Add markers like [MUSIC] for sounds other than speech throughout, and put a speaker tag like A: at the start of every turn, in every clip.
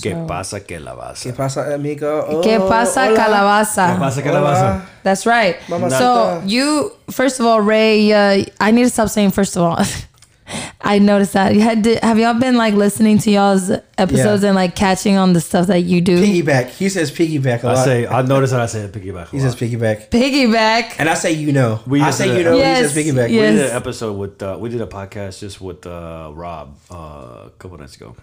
A: ¿Qué pasa que la vas?
B: ¿Qué pasa, amigo? Oh,
C: Que pasa
B: hola.
C: calabaza.
A: ¿Qué pasa que la vas?
B: Hola.
C: That's right. So
B: Mamacita.
C: you, first of all, Ray, uh, I need to stop saying first of all. [LAUGHS] I noticed that. You had to- have y'all been like listening to y'all's episodes
B: Yeah.
C: and like catching on the stuff that you do?
B: Piggyback. He says piggyback a lot.
A: I say I noticed that I said piggyback. A
B: he
A: lot.
B: says piggyback.
C: Piggyback.
B: And I say you know.
A: We
B: I
A: just
B: say
A: did
B: you
A: that.
B: know.
C: Yes.
B: He says piggyback.
C: Yeah.
A: We did
C: Yes.
A: an episode with uh, we did a podcast just with uh, Rob uh, a couple nights ago,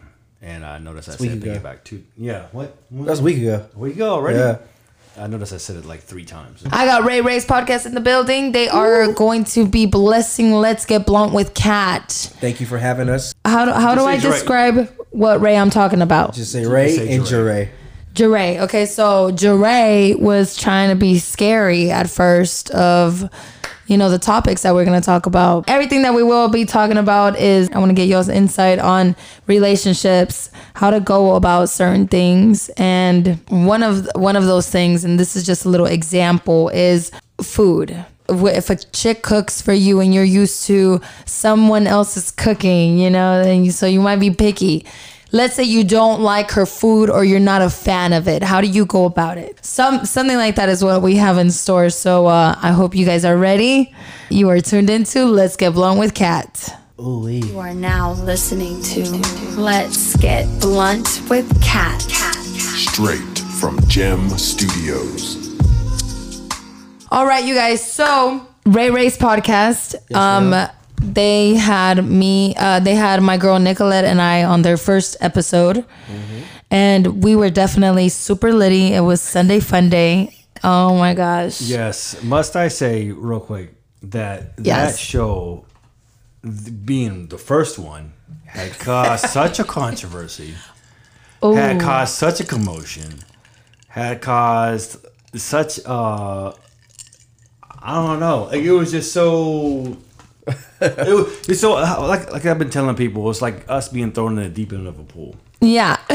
A: and I noticed I
B: week
A: said
B: ago.
A: piggyback too. Yeah, what?
B: That was a week ago.
A: we go already.
B: Yeah.
A: I noticed I said it like three times.
C: I got Ray Ray's podcast in the building. They are going to be blessing Let's Get Blunt with Cat.
B: Thank you for having us.
C: How, do- how do
A: Just
C: I
A: say Dre.
C: describe what Ray I'm talking about?
B: Just say Ray
A: say
B: and
A: Jeray.
B: Jeray.
C: Jeray. Okay, so Jeray was trying to be scary at first of you know the topics that we're going to talk about. Everything that we will be talking about is I want to get y'all's insight on relationships, how to go about certain things and one of one of those things and this is just a little example is food. Wh- If a chick cooks for you and you're used to someone else's cooking, you know, and you, so you might be picky. Let's say you don't like her food or you're not a fan of it. How do you go about it? Some something like that is what we have in store. So uh, I hope you guys are ready. You are tuned into Let's Get Blown with Cat.
B: Ooh,
D: You are now listening to Let's Get Blunt with Cat.
E: Straight from Gem Studios.
C: All right, you guys. So Ray Ray's podcast. um, they had me. Uh, they had my girl Nicolette and I on their first episode, and we were definitely super litty. It was Sunday Fun Day. Oh my gosh.
A: Yes. Must I say real quick that
C: Yes.
A: that show, th- being the first one, had caused such a controversy, had caused such a commotion, had caused such uh, I don't know. Like, it was just so. it was, it's so like like I've been telling people, it's like us being thrown in the deep end of a pool.
C: Yeah. [LAUGHS]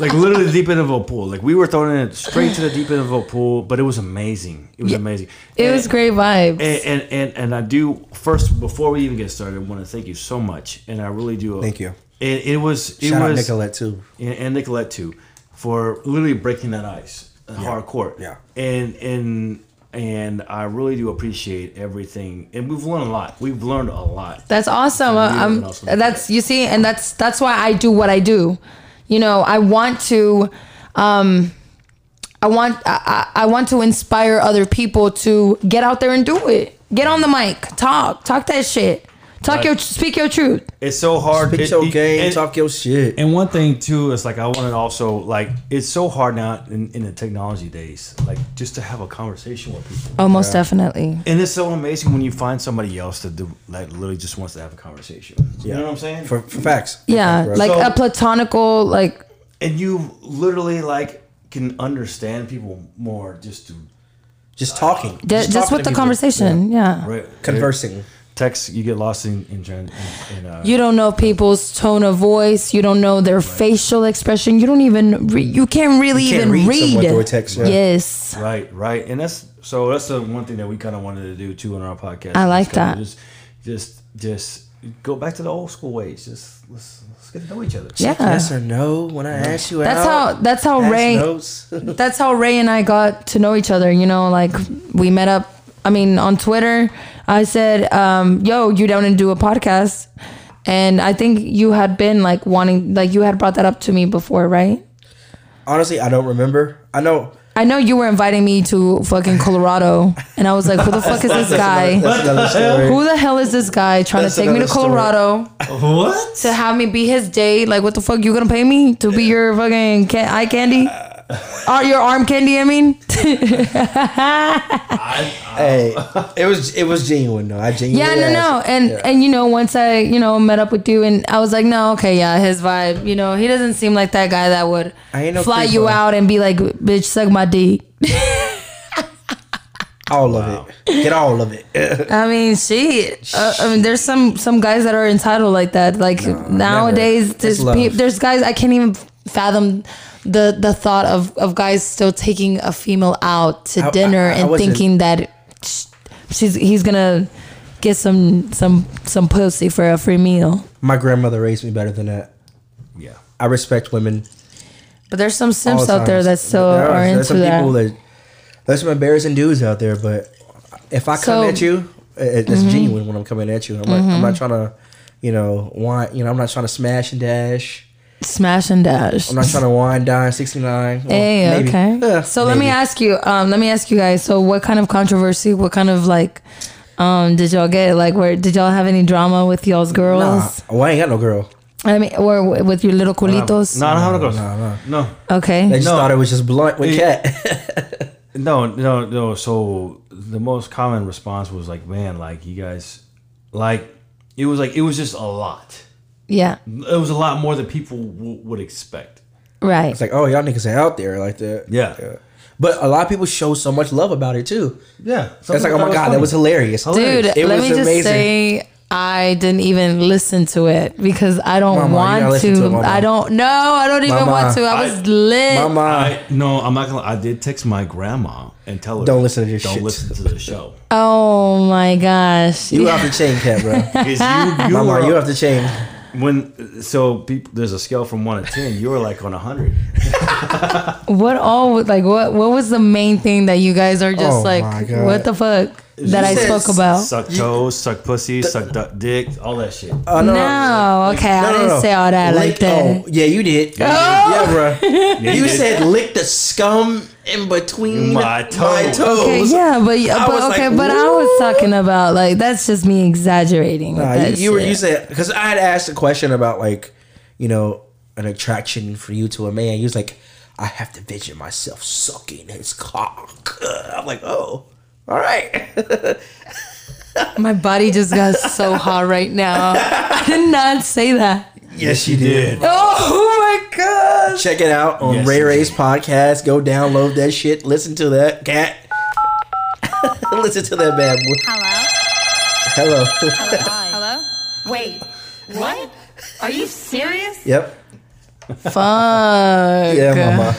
A: like literally the deep end of a pool. Like we were thrown in straight to the deep end of a pool, but it was amazing. It was amazing.
C: It
A: And-
C: was great
A: And,
C: vibes.
A: and and and I do first before we even get started, I want to thank you so much, and I really do. uh,
B: Thank you.
A: It, it was it
B: Shout out
A: was
B: Nicolette too.
A: and, and Nicolette too for literally breaking that ice uh, hardcore.
B: Yeah.
A: And and and I really do appreciate everything, and we've learned a lot. We've learned a lot.
C: That's awesome.
A: And you
C: I'm-
A: and also-
C: that's you see, and that's that's why I do what I do. You know, I want to, um, I want I, I I want to inspire other people to get out there and do it. Get on the mic, talk, talk that shit, talk
A: Right.
C: your speak your truth.
A: It's so hard.
B: Speak
A: It-
B: your
A: it-
B: game,
A: and-
B: talk your shit.
A: And one thing too is like I want to also like it's so hard now in, in the technology days, like just to have a conversation with people.
C: Oh, most definitely.
A: And it's so amazing when you find somebody else that do like literally just wants to have a conversation. You know what I'm saying?
B: For, for facts. For
C: Yeah,
B: facts, bro.
C: like
A: So-
C: a platonical like.
A: and you literally like can understand people more just to
B: just talking.
C: ju- Just,
B: talking
C: with
B: to
C: the
B: people.
C: conversation, yeah.
A: right
B: Conversing.
A: Text you get lost in in, gen- in, in uh,
C: You don't know people's tone of voice. You don't know their facial expression. You don't even re- you can't really
B: You can't
C: even
B: read
C: read.
B: someone through a text, yeah.
C: Yes,
A: Right, right, and that's so. That's the one thing that we kind of wanted to do too in our podcast.
C: I like
A: Just kinda
C: that.
A: Just, just, just go back to the old school ways. Just let's let's get to know each other.
C: yeah.
B: Yes or no when I ask you
C: That's
B: out.
C: how that's how
B: Ask
C: Ray
B: no's.
C: that's how Ray and I got to know each other. You know, like we met up. I mean, on Twitter, I said, um, "Yo, you down to do a podcast?" And I think you had been like wanting, like you had brought that up to me before, right?
B: [LAUGHS] Honestly, I don't remember. I know
C: I know you were inviting me to fucking Colorado, and I was like, "Who the fuck is this guy?"
B: that's
A: [LAUGHS]
B: another story.
C: Who the hell is this guy trying
B: That's
C: to take me to
B: another story.
C: Colorado
A: What?
C: to have me be his date? Like, what the fuck? You gonna pay me to be your fucking ca- eye candy? Or your arm candy? I mean, [LAUGHS]
B: Hey, it was it was genuine though. I genuinely.
C: yeah, no, no,
B: asked.
C: and and you know, once I you know met up with you, and I was like, no, okay, yeah, his vibe. You know, he doesn't seem like that guy that would
B: I ain't no
C: fly
B: creep,
C: you
B: bro.
C: out and be like, bitch, suck my dick.
B: all of it. Get all of it.
C: I mean, shit. Uh, I mean, there's some some guys that are entitled like that. Like nowadays,
B: It's
C: there's
B: love.
C: pe- there's guys I can't even fathom the the thought of of guys still taking a female out to
B: I-
C: dinner
B: I- I
C: and
B: wasn't-
C: thinking that sh- she's he's gonna get some some some pussy for a free meal.
B: My grandmother raised me better than that.
A: Yeah.
B: I respect women.
C: But there's some simps
B: all
C: out there
B: times.
C: that still
B: There
C: are,
B: there's
C: into
B: some
C: that.
B: people that. There's some embarrassing dudes out there, but if I come
C: So- Mm-hmm.
B: at you, it, it's genuine when I'm coming at you. I'm like, I'm not trying to, you know, want, you know, I'm not trying to smash and dash.
C: Smash and dash.
B: I'm not trying to wine dine 69. Well,
C: Hey,
B: maybe.
C: okay.
B: Yeah,
C: so let me
B: maybe.
C: ask you, um, let me ask you guys. So what kind of controversy? What kind of like, um, did y'all get? Like, where did y'all have any drama with y'all's
B: Nah,
C: girls?
B: well, I ain't got no girl.
C: I mean, or w- with your little culitos?
A: No, I don't have no girls. No, no,
B: I
C: Okay.
B: just
A: No.
B: thought it was just blunt with cat.
A: no, no, no. So the most common response was like, "Man, like you guys, like it was like it was just a lot.
C: Yeah.
A: It was a lot more than people w- would expect."
C: Right.
B: it's like, oh, y'all niggas are out there like that.
A: Yeah.
B: But a lot of people show so much love about it too.
A: Yeah,
B: That's like, oh my god, that was hilarious.
C: Dude,
B: It
C: let
B: was
C: me just
B: amazing.
C: say I didn't even listen to it because I don't
B: Mama, you gotta
C: want
B: listen
C: to.
B: to it, Mama.
C: I don't know. I don't even
B: Mama,
C: want to. I was
A: I-
C: lit.
B: My mom.
A: I no, I'm not gonna. lie. I did text my grandma and tell her
B: Don't listen to this
A: Don't
B: shit."
A: listen to the show
C: Oh my gosh.
B: You have to change, cat, bro.
A: 'Cause you, you were-
B: Mama, [LAUGHS] you have to change.
A: when so people there's a scale from one to ten. You were like on a hundred.
C: What all like what what was the main thing that you guys are just
B: Oh my
C: like
B: God.
C: what the fuck that I
B: said
C: spoke about?
A: Suck toes, suck pussy, suck duck dick, all that shit.
B: Oh,
C: No, okay, I didn't say all that like
B: Lick-
C: that.
B: Oh, yeah, you did. [LAUGHS] Yeah, bro. you
A: did.
B: said lick the scum in between
A: My
B: my,
A: toes.
B: toes.
C: Okay, yeah, but,
B: I was
C: but
B: like,
C: okay, but I was
B: "What?"
C: talking about like that's just me exaggerating. with
B: Nah,
C: that
B: you, you were
C: shit.
B: you said because I had asked a question about like, you know, an attraction for you to a man. You was like, I have to vision myself sucking his cock. [LAUGHS] I'm like, oh, all right.
C: My body just got
B: [LAUGHS]
C: so hot right now. I did not say that.
B: [LAUGHS] yes, you
C: Oh my gosh.
B: Check it out on
A: Yes,
B: Ray
A: you
B: Ray's podcast. Go download that shit. Listen to that cat. [LAUGHS] Listen to that bad boy.
F: Hello?
B: Hello.
F: Hello?
B: [LAUGHS]
F: Wait, what? Are you serious?
B: yep.
C: Fuck.
B: Yeah, mama.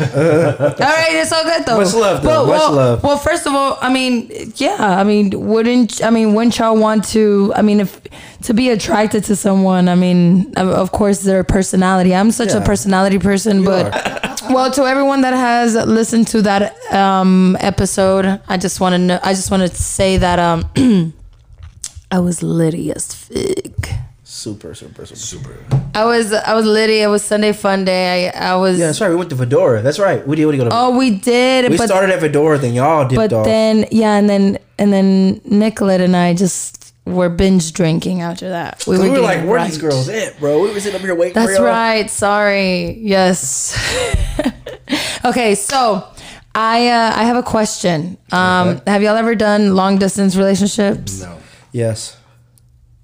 C: All right, it's all good though.
B: Much love, though.
C: Well,
B: Much
C: well,
B: love.
C: Well, first of all, I mean, yeah, I mean, wouldn't I mean, wouldn't y'all want to? I mean, if to be attracted to someone, I mean, of- of course, their personality. I'm such a
B: Yeah.
C: personality person, but
B: [LAUGHS]
C: well, to everyone that has listened to that um, episode, I just want to know. I just want to say that um, [CLEARS THROAT] I was litty as fig.
B: Super, super, super, super.
C: I was I was litty. It was Sunday Fun Day. I, I was.
B: Yeah, that's right. We went to Fedora. That's right. We did. We, go to,
C: Oh, we did.
B: we
C: but
B: started at Fedora, then y'all dipped
C: but
B: off.
C: then yeah and then and then nicolette and i just were binge drinking after that
B: we were like,
C: getting
B: where these
C: right.
B: girls at, bro? We were sitting up here waiting for
C: that's
B: y'all.
C: right sorry yes [LAUGHS] okay so i uh, i have a question um have y'all ever done long distance relationships
A: No,
B: Yes.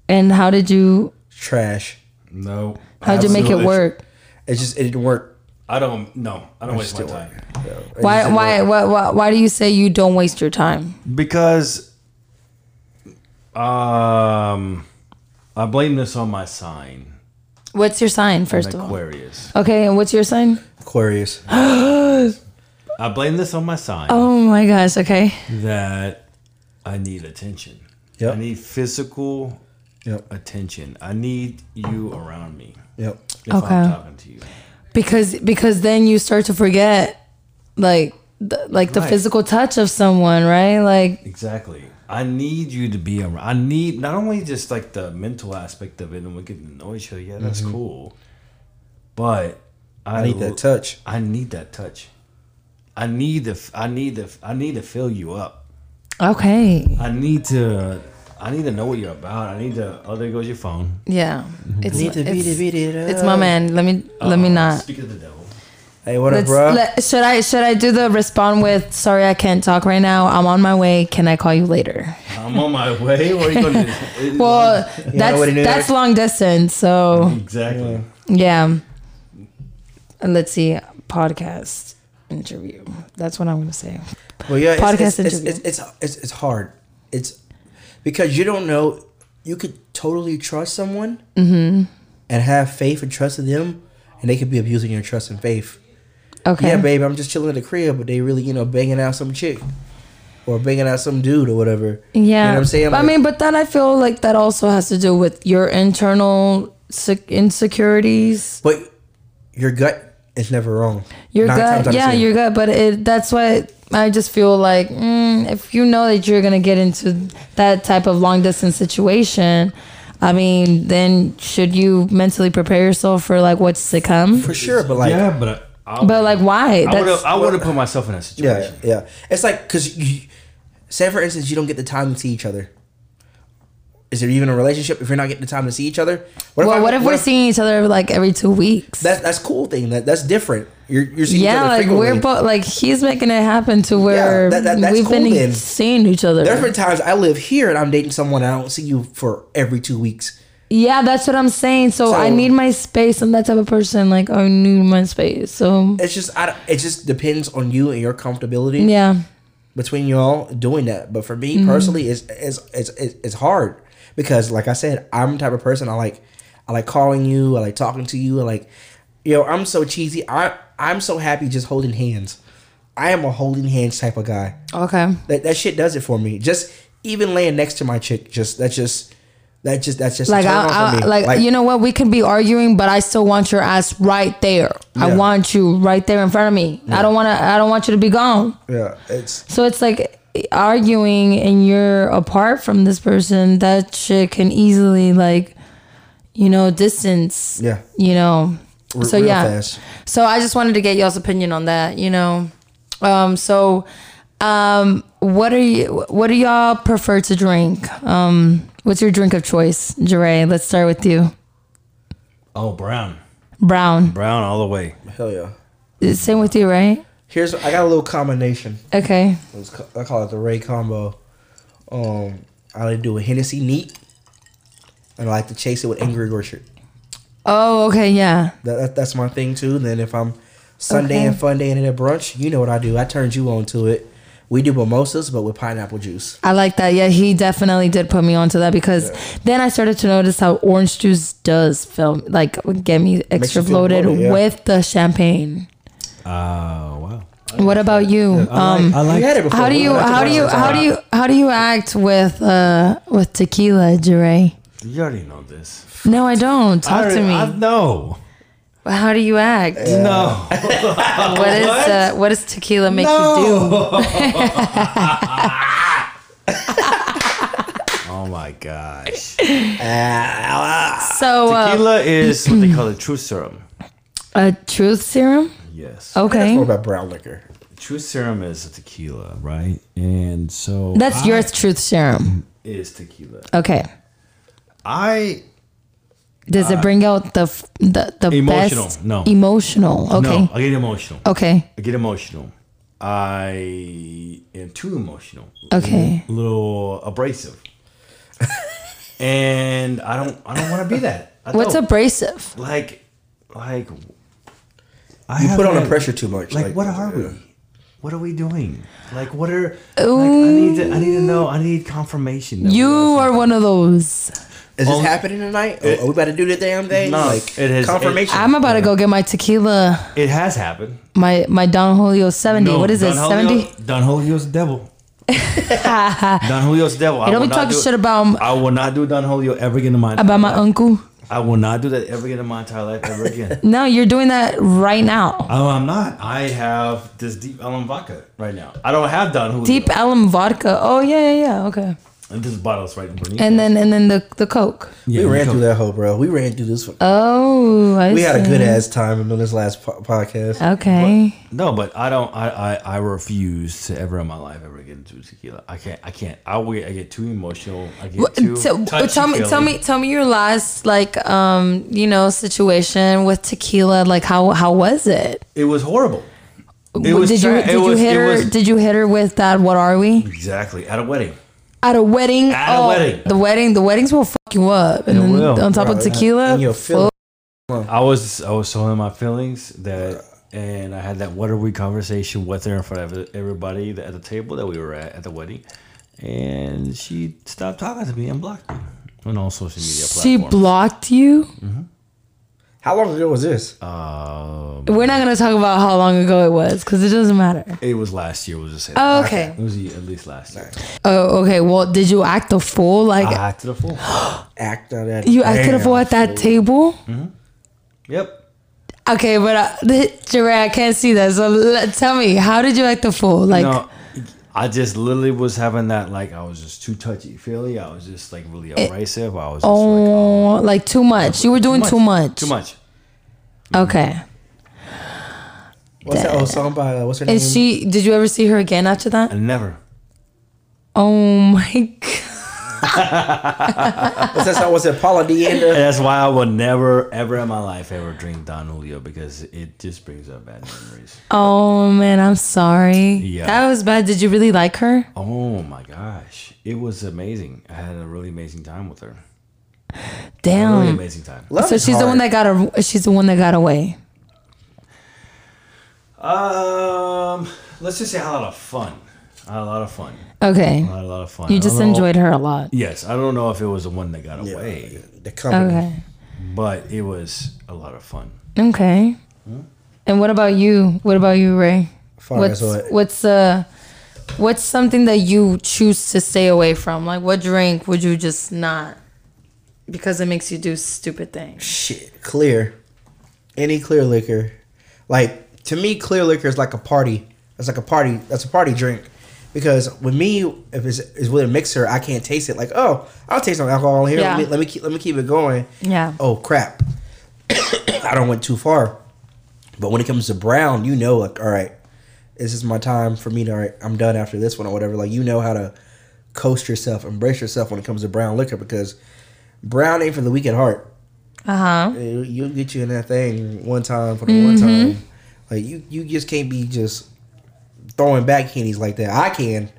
C: and how did you
B: Trash.
A: no.
C: how'd you make it
A: Absolutely.
C: work
B: It just it didn't work.
A: I don't. No, I don't waste my
B: still
A: time
B: It just
C: why
B: didn't
C: why,
B: work.
C: why why why do you say you don't waste your time
A: because um, I blame this on my sign,
C: what's your sign first of all
A: Aquarius.
C: okay and what's your sign
B: Aquarius.
A: I blame this on my sign
C: oh my gosh okay
A: that I need attention.
B: Yep.
A: I need physical
B: Yep.
A: attention. I need you around me
B: Yep.
A: if
C: Okay.
A: I'm talking to you.
C: because because then you start to forget like the, like the
A: Right.
C: physical touch of someone right like
A: Exactly. I need you to be around. I need not only just like the mental aspect of it, and we get to know each other. Yeah, that's cool. But I,
B: Mm-hmm. I need that touch.
A: I need that touch. I need to. f- I need to. f- I need to fill you up.
C: okay
A: I need to. I need to know what you're about. I need to. Oh, there goes your phone.
C: yeah it's
B: Mhm. Need to beat it,
C: it's,
B: beat it up.
C: it's my man let me
A: Oh,
C: let me not
A: Speak of the devil.
B: Hey, what up,
C: Let's,
B: bro?
C: let, should I should I do the respond with sorry I can't talk right now I'm on my way can I call you later
A: I'm on my way. What are you going to do?
C: [LAUGHS] well that's
B: what it is?
C: that's long distance so
A: exactly.
C: yeah and let's see podcast interview that's what I'm gonna say
B: Well, yeah, it's-
C: Podcast
B: it's, it's,
C: interview.
B: it's, it's, it's, it's hard. It's because you don't know. You could totally trust someone
C: Mm-hmm.
B: and have faith and trust in them, and they could be abusing your trust and faith.
C: okay
B: Yeah, babe, I'm just chilling at the crib, but they really, you know, banging out some chick or banging out some dude or whatever.
C: Yeah.
B: you know what I'm saying.
C: I
B: Like,
C: mean, but then I feel like that also has to do with your internal sec- insecurities.
B: but your gut is never wrong.
C: Your
B: Nine times out
C: gut,
B: of
C: yeah,
B: ten.
C: your gut. But it, that's why I just feel like mm, if you know that you're gonna get into that type of long distance situation, I mean, then should you mentally prepare yourself for like what's to come?
B: for sure, but like
A: yeah, but I, I
C: But like,
A: I
C: why? That's
A: would I would have put myself in that
B: Yeah,
A: situation.
B: yeah. It's like because you, say for instance, you don't get the time to see each other. Is there even a relationship if you're not getting the time to see each other? What
C: well.
B: I-
C: What if we're seeing each other like every two weeks?
B: That, that's cool thing. That that's different. You're you're seeing each
C: yeah,
B: other
C: like
B: frequently.
C: we're both like he's making it happen to where
B: that- that- that's
C: we've been
B: cool then.
C: seeing each other.
B: There have been times I live here and I'm dating someone and I don't see you for every two weeks.
C: Yeah, that's what I'm saying. So, I
B: So-
C: need my space. I'm that type of person. Like I need my space. So
B: It's just I, don't- it just depends on you and your comfortability
C: yeah, Mm-hmm.
B: between y'all doing that. But for me personally, it's it's, it's it's it's hard because like I said, I'm the type of person I like I like calling you, I like talking to you, I like you know I'm so cheesy. I I'm so happy just holding hands. I am a holding hands type of guy.
C: okay.
B: That that shit does it for me. Just even laying next to my chick, just that's just that just that's just a
C: Like
B: turn on
C: I,
B: for
C: I
B: me.
C: like, you know what? We can be arguing, but I still want your ass right there. I
B: Yeah.
C: want you right there in front of me. I don't want to. I don't want you to be gone.
B: Yeah, it's
C: So it's like arguing and you're apart from this person. That shit can easily like, you know, distance.
B: yeah.
C: You know.
B: r-
C: so
B: real
C: yeah.
B: fast.
C: So I just wanted to get y'all's opinion on that, you know. Um, so um, what are you what do y'all prefer to drink? Um, what's your drink of choice, Jeray? Let's start with you.
A: Oh, brown,
C: Brown.
A: brown all the way.
B: Hell yeah.
C: Same with you, right?
B: Here's I got a little combination.
C: Okay.
B: It's ca- I call it the Ray combo. Um, I like to do a Hennessy neat, and I like to chase it with Angry Orchard.
C: Oh, okay, yeah.
B: That, that that's my thing too. And then if I'm Sunday and fun day and at brunch, you know what I do. I turned you on to it. We do mimosas, but with pineapple juice.
C: I like that. Yeah, he definitely did put me onto that because then I started to notice how orange juice does film like get me extra
B: you feel
C: bloated
B: bloated, yeah.
C: with the champagne.
A: Oh wow.
C: What about you? um
A: I like.
B: We had it before.
C: How do
B: We
C: you
B: went out to
C: how do
B: brunch
C: you
B: sometime.
C: how do you how do you act with uh with tequila, Jeray?
A: You already know this.
C: No, I don't. Talk to me.
A: I know.
C: how do you act?
A: No.
C: what is uh, what does tequila make you do?
A: [LAUGHS] Oh my
C: [LAUGHS]
A: gosh.
C: So uh,
A: Tequila
C: [CLEARS THROAT]
A: is what they call a truth serum.
C: a truth serum.
A: Yes.
C: Oh.
B: That's
C: Okay,
B: more about brown liquor.
A: Truth serum is a tequila, right? And so
C: that's
A: I-
C: your truth serum.
A: is tequila.
C: Okay.
A: I
C: Does it bring out the f- the the
A: Uh, Emotional,
C: best
A: no.
C: emotional? Okay.
A: no, I get emotional.
C: Okay.
A: I get emotional. I am too emotional.
C: Okay.
A: A little abrasive. and I don't I don't want to be that. I
C: What's
A: don't.
C: abrasive?
A: like like
B: You put on the
A: haven't-
B: pressure too much.
A: like, what are we?
B: yeah.
A: What are we doing? Like what are like, I need to I need to know I need confirmation. that
C: You
A: we're-
C: are one of those.
B: Is this
A: Only-
B: happening tonight? Oh, are we about to do the damn thing?
A: No,
B: like
A: it is-
B: confirmation.
C: I'm about to go get my tequila,
A: It has happened.
C: my my Don Julio 70. what is it? 70?
A: Don Julio's the
C: [LAUGHS]
A: devil. Don Julio's the devil. I
C: Hey, don't
A: will
C: be
A: not
C: talking
A: do it.
C: shit about
A: I will not do Don Julio ever again in my
C: about my uncle.
A: I will not do that ever again in my entire life ever
C: [LAUGHS]
A: again.
C: No, you're doing that right now.
A: oh, I'm not. I have this deep Ellen vodka right now. I don't have Don Julio.
C: Deep alum vodka. Oh yeah, yeah, yeah. Okay.
A: And this bottle's right beneath.
C: And then and then the the coke.
B: we ran through that whole bro. We ran through this.
C: Oh, I
B: we had a
C: see.
B: good ass time on this last po- podcast.
C: Okay.
A: No, but I don't. I, I I refuse to ever in my life ever get into tequila. I can't. I can't. I will. get- I get too emotional. I get too.
C: So, but tell me,
A: touchy-feely.
C: tell me, tell me your last like um you know situation with tequila. Like how how was it?
A: It was horrible. It
C: W-
A: was
C: did
A: tra-
C: you
A: it
C: did you
A: was-
C: hit
A: it
C: her?
A: was-
C: did you hit her with that? What are we
A: Exactly at a wedding.
C: at a wedding?
A: At a
C: oh,
A: wedding.
C: The wedding. The weddings will fuck you up. And
A: It
C: then
A: will.
C: on top of
B: Bro, and-
C: tequila,
B: and you'll feel
C: fuck.
A: I was I was so in my feelings that, and I had that what are we conversation with her in front of everybody that- at the table that we were at at the wedding, and she stopped talking to me and blocked me on all social media
C: she
A: platforms.
C: blocked you.
B: How long ago was this?
A: um,
C: We're not gonna talk about how long ago it was because it doesn't matter.
A: it was last year. Was just
C: Oh, okay.
A: It was at least last year.
C: Oh, okay. Well, did you act a fool? Like
A: I acted a fool.
B: Act on that.
A: Mm-hmm.
C: you acted a fool at that table?
A: Yep.
C: Uh, Okay, but uh, [LAUGHS] Jeray, I can't see that. So let, tell me, how did you act the fool? Like,
A: no, I just literally was having that like I was just too touchy feely. I was just like really abrasive. I was just
C: oh, like, too much. You were doing
A: like
C: too much.
A: Too much.
C: Okay.
B: What's that old song by uh, what's her name?
C: And she, did you ever see her again after that?
A: I never.
C: Oh my [LAUGHS] god.
B: what's that song? Was it Paula
C: [LAUGHS]
B: Deandra?
A: And that's why I will never, ever in my life ever drink Don Julio because it just brings up bad memories.
C: Oh man, I'm sorry.
A: Yeah.
C: That was bad. Did you really like her?
A: Oh my gosh, it was amazing. I had a really amazing time with her.
C: Damn.
A: Really amazing time.
B: Love
C: so
B: is
C: she's the one
B: hard.
C: that got a, she's the one that got away.
A: Um, let's just say I had a lot of fun. I had a lot of fun.
C: Okay.
A: I had a lot of fun. Uh, I
C: You
A: don't
C: just
A: know-
C: enjoyed her a lot.
A: Yes, I don't know if it was the one that got away,
B: the company.
C: Okay.
A: but it was a lot of fun.
C: Okay. And what about you? What about you, Ray?
B: Far
C: What's
B: as what?
C: what's uh what's something that you choose to stay away from? Like what drink would you just not because it makes you do stupid things.
B: Shit, clear. Any clear liquor, like to me, clear liquor is like a party. That's like a party. That's a party drink. Because with me, if it's, it's with a mixer, I can't taste it. Like, oh, I'll taste some alcohol here.
C: Yeah.
B: Let, me, let me keep let me keep it going.
C: Yeah.
B: Oh crap, [COUGHS] I don't went too far. But when it comes to brown, you know, like, all right, this is my time for me to. All right, I'm done after this one or whatever. Like, you know how to coast yourself, embrace yourself when it comes to brown liquor because brown ain't for the weak at heart.
C: Uh-huh.
B: You- You'll get you in that thing one time for the one
C: Mm-hmm.
B: time. Like you, you just can't be just throwing back hennies like that. I can,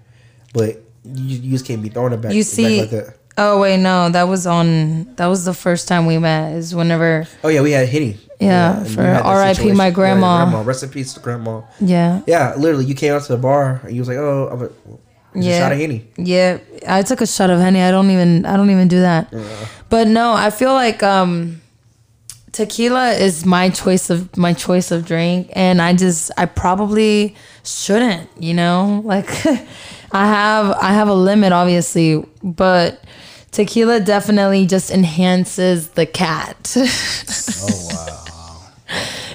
B: but you, you just can't be throwing it back.
C: You
B: back
C: see
B: like that.
C: Oh wait, no, that was on that was the first time we met is whenever
B: Oh yeah, we had henny.
C: Yeah,
B: and you
C: for
B: had that
C: R.I.P.
B: situation.
C: my
B: Yeah, your
C: grandma.
B: grandma. Rest in peace, to grandma.
C: yeah.
B: Yeah, literally, you came out to the bar and you was like, "Oh, I'm like, just
C: Yeah.
B: yeah. shot of henny."
C: Yeah, I took a shot of honey. I don't even I don't even do that. But no, I feel like um tequila is my choice of my choice of drink and I just I probably shouldn't, you know? [LAUGHS] Like I have I have a limit obviously, but tequila definitely just enhances the cat. [LAUGHS]
A: Oh wow.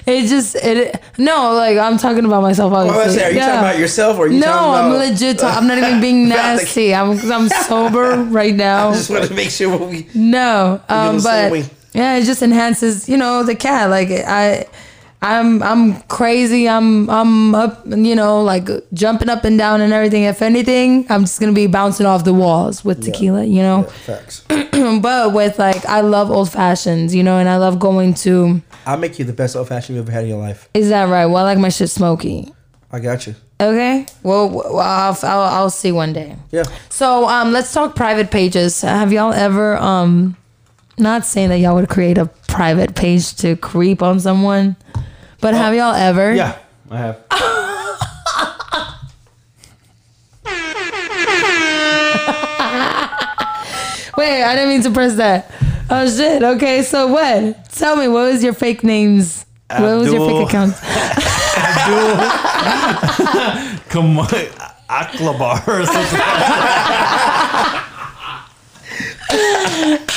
C: it just it no, like I'm talking about myself
B: Oh,
C: obviously.
B: I said, are you
C: Yeah.
B: talking about yourself or are you
C: No,
B: talking about?
C: I'm legit. Talk- I'm not even being
B: About the-
C: nasty. I'm 'cause I'm sober right now.
B: [LAUGHS] I just wanted to make sure what we.
C: No,
B: the
C: um,
B: same
C: but
B: way.
C: yeah, it just enhances, you know, the cat. Like I, I'm, I'm crazy. I'm, I'm up, you know, like jumping up and down and everything. If anything, I'm just gonna be bouncing off the walls with tequila, you know.
B: Facts. [CLEARS THROAT]
C: [CLEARS THROAT] But with like, I love old fashions, you know, and I love going to.
B: I'll make you the best old fashioned you ever had in your life.
C: Is that right? Well, I like my shit smoky.
B: I got you.
C: Okay. Well, well I'll, I'll, I'll see one day.
B: Yeah.
C: So um, let's talk private pages. Have y'all ever um, not saying that y'all would create a private page to creep on someone, but have y'all ever?
A: Oh, Yeah, I have.
C: Wait, I didn't mean to press that. Oh shit. Okay, so what? Tell me, what was your fake names? What was your
A: Abdul.
C: fake account?
A: [LAUGHS] Come on, Aklabar or [LAUGHS] something.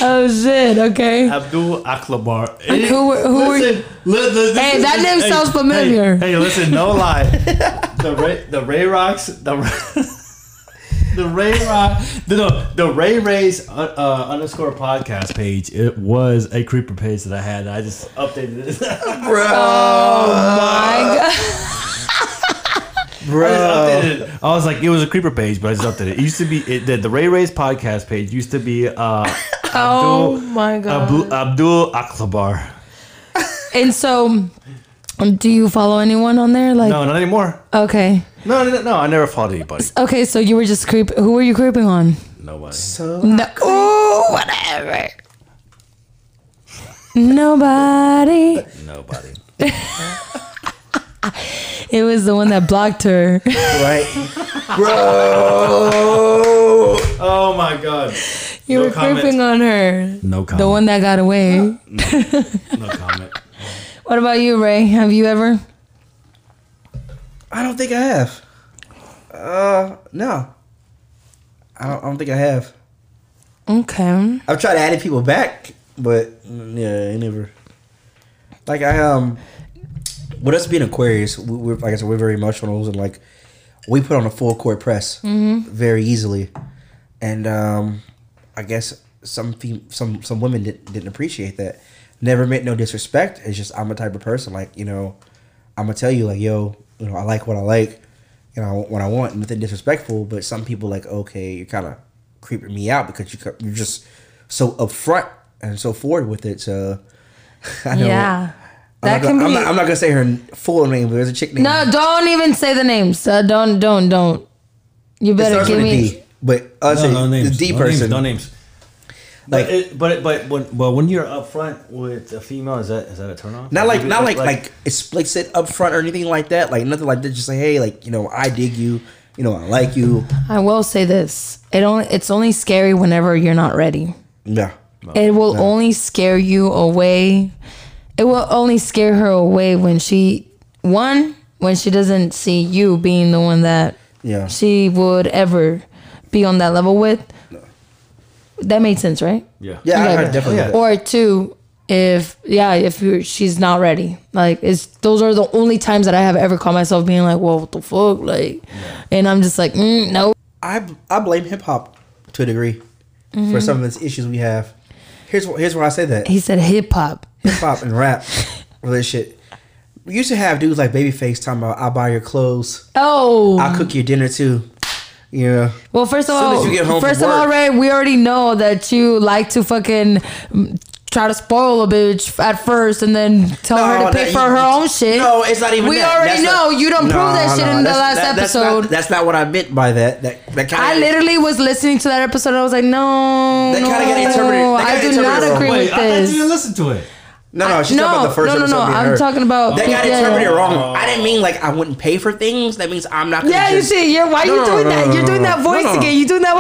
C: Oh shit. Okay.
A: Uh, Abdul Aklabar.
C: Who were- who were-
A: listen, li- li-
C: Hey,
A: this-
C: that
A: this-
C: name sounds familiar.
A: Hey, hey, listen, no
C: [LAUGHS]
A: lie. the Ray, the Ray Rocks, the Ra- [LAUGHS] the Ray Rock, the, no, the Ray Ray's uh, uh, underscore podcast page. It was a creeper page that I had. I just updated it. [LAUGHS] I
C: My God.
A: just updated it. Uh, I was like, it was a creeper page, but I just updated it. It used to be it, the, the Ray Ray's podcast page used to be uh,
C: [LAUGHS] Oh
A: Abdul-
C: my god.
A: Abdul, Abdul Aklabar.
C: and so, um, do you follow anyone on there? Like,
A: No, not anymore.
C: okay.
A: No, no, no. I never followed anybody.
C: Okay, so you were just creep. Who were you creeping on?
A: Nobody.
B: So
C: No. Ooh, whatever. Nobody.
A: Nobody.
C: It was the one that blocked her.
B: right, bro.
A: Oh my god.
C: [LAUGHS] You
A: No
C: were
A: comment.
C: creeping on her.
A: No comment.
C: The one that got away.
A: No comment.
C: What about you, Ray? Have you ever?
B: I don't think I have. Uh, no. I don't, I don't think I have.
C: Okay.
B: I've tried adding people back, but mm, yeah, I never. Like I um, with us being Aquarius, we, we're like I said, we're very emotional and like we put on a full court press very easily, and um, I guess some fem- some some women didn't, didn't appreciate that. Never meant no disrespect. It's just I'm a type of person like you know, I'm gonna tell you like yo, you know I like what I like, you know I want what I want. Nothing disrespectful, but some people like okay, you're kind of creeping me out because you co- you're just so upfront and so forward with it. So [LAUGHS] I know
C: yeah.
B: I'm
C: That
B: not,
C: can
B: gonna,
C: be.
B: I'm, not, I'm not gonna say her full name, but there's a chick named.
C: no, don't even say the names. Uh, don't, don't, don't. You
B: it
C: better
B: starts
C: give
B: with a
C: me.
B: D, but I'll say the D person.
A: No names.
B: Like-
A: Like, but it, but, it, but when but when you're up front with a female, is that is that a turn on?
B: Not like not like like explicit up front or anything like that. Like nothing like that. Just say hey, like you know, I dig you. You know, I like you.
C: I will say this. It only it's only scary whenever you're not ready.
B: Yeah.
C: It will only scare you away. It will only scare her away when she one when she doesn't see you being the one that
B: Yeah.
C: she would ever be on that level with. That made sense, right?
A: yeah
B: yeah, I, I
C: Yeah.
B: definitely.
A: Yeah.
C: Or two, if yeah, if you're, she's not ready, like it's those are the only times that I have ever caught myself being like, "Well, what the fuck?" Like, and I'm just like, mm, "No."
B: I I blame hip hop to a degree
C: Mm-hmm.
B: for some of these issues we have. Here's wh- here's why I
C: [LAUGHS]
B: say that.
C: He said hip hop.
B: hip hop and rap, all this shit. We used to have dudes like Babyface talking about I'll buy your clothes,
C: Oh,
B: I'll cook your dinner too. Yeah.
C: well, first of
B: soon as
C: all,
B: you get home from
C: first of all,
B: work-
C: Ray, we already know that you like to fucking. mm, Try to spoil a bitch at first, and then tell
B: No,
C: her to pay
B: that-
C: for her own shit.
B: No, it's not even.
C: We
B: that.
C: already
B: That's
C: know
B: not-
C: you don't prove that shit in the
B: that's-
C: last
B: that- that's not-
C: episode.
B: That's not, what I meant by that. That, that kind
C: I literally was listening to that episode. and I was like, no,
B: That
C: no,
B: kinda got interpreted- that
C: I
B: kinda
C: do not
B: interpreted wrong.
C: agree
A: Wait, I
C: with
A: thought
C: this.
A: you didn't listen to it.
B: No, no, she's talking about the first
C: no, no,
B: episode.
C: no.
B: being
C: I'm
B: heard.
C: talking about
B: That got
C: yeah.
B: interpreted wrong. I didn't mean like I wouldn't pay for things. That means I'm not. Gonna
C: Yeah, you
B: just-
C: see, you're why
B: No,
C: you
B: no,
C: doing
B: no,
C: that?
B: no,
C: You're
B: no,
C: doing
B: no,
C: that
B: no,
C: voice
B: no.
C: again. You doing that?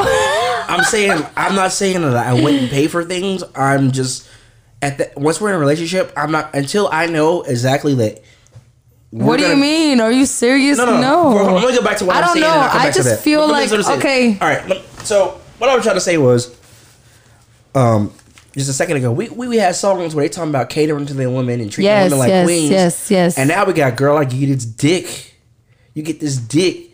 C: [LAUGHS] one-
B: I'm saying I'm not saying that I wouldn't pay for things. I'm just at the once we're in a relationship, I'm not until I know exactly that. we're
C: What do you
B: gonna-
C: mean? Are you serious?
B: No, no, no. We're- I'm gonna go back to what
C: I
B: I'm
C: don't
B: saying
C: know.
B: and I'll come
C: I
B: back to
C: just
B: that.
C: feel
B: Let me
C: like
B: finish what I'm saying.
C: okay.
B: All right. let- So what I was trying to say was, um, just a second ago, we we, we had songs where they talking about catering to the women and treating
C: Yes,
B: women like
C: yes,
B: queens.
C: yes, yes.
B: And now we got girl like you get this dick, you get this dick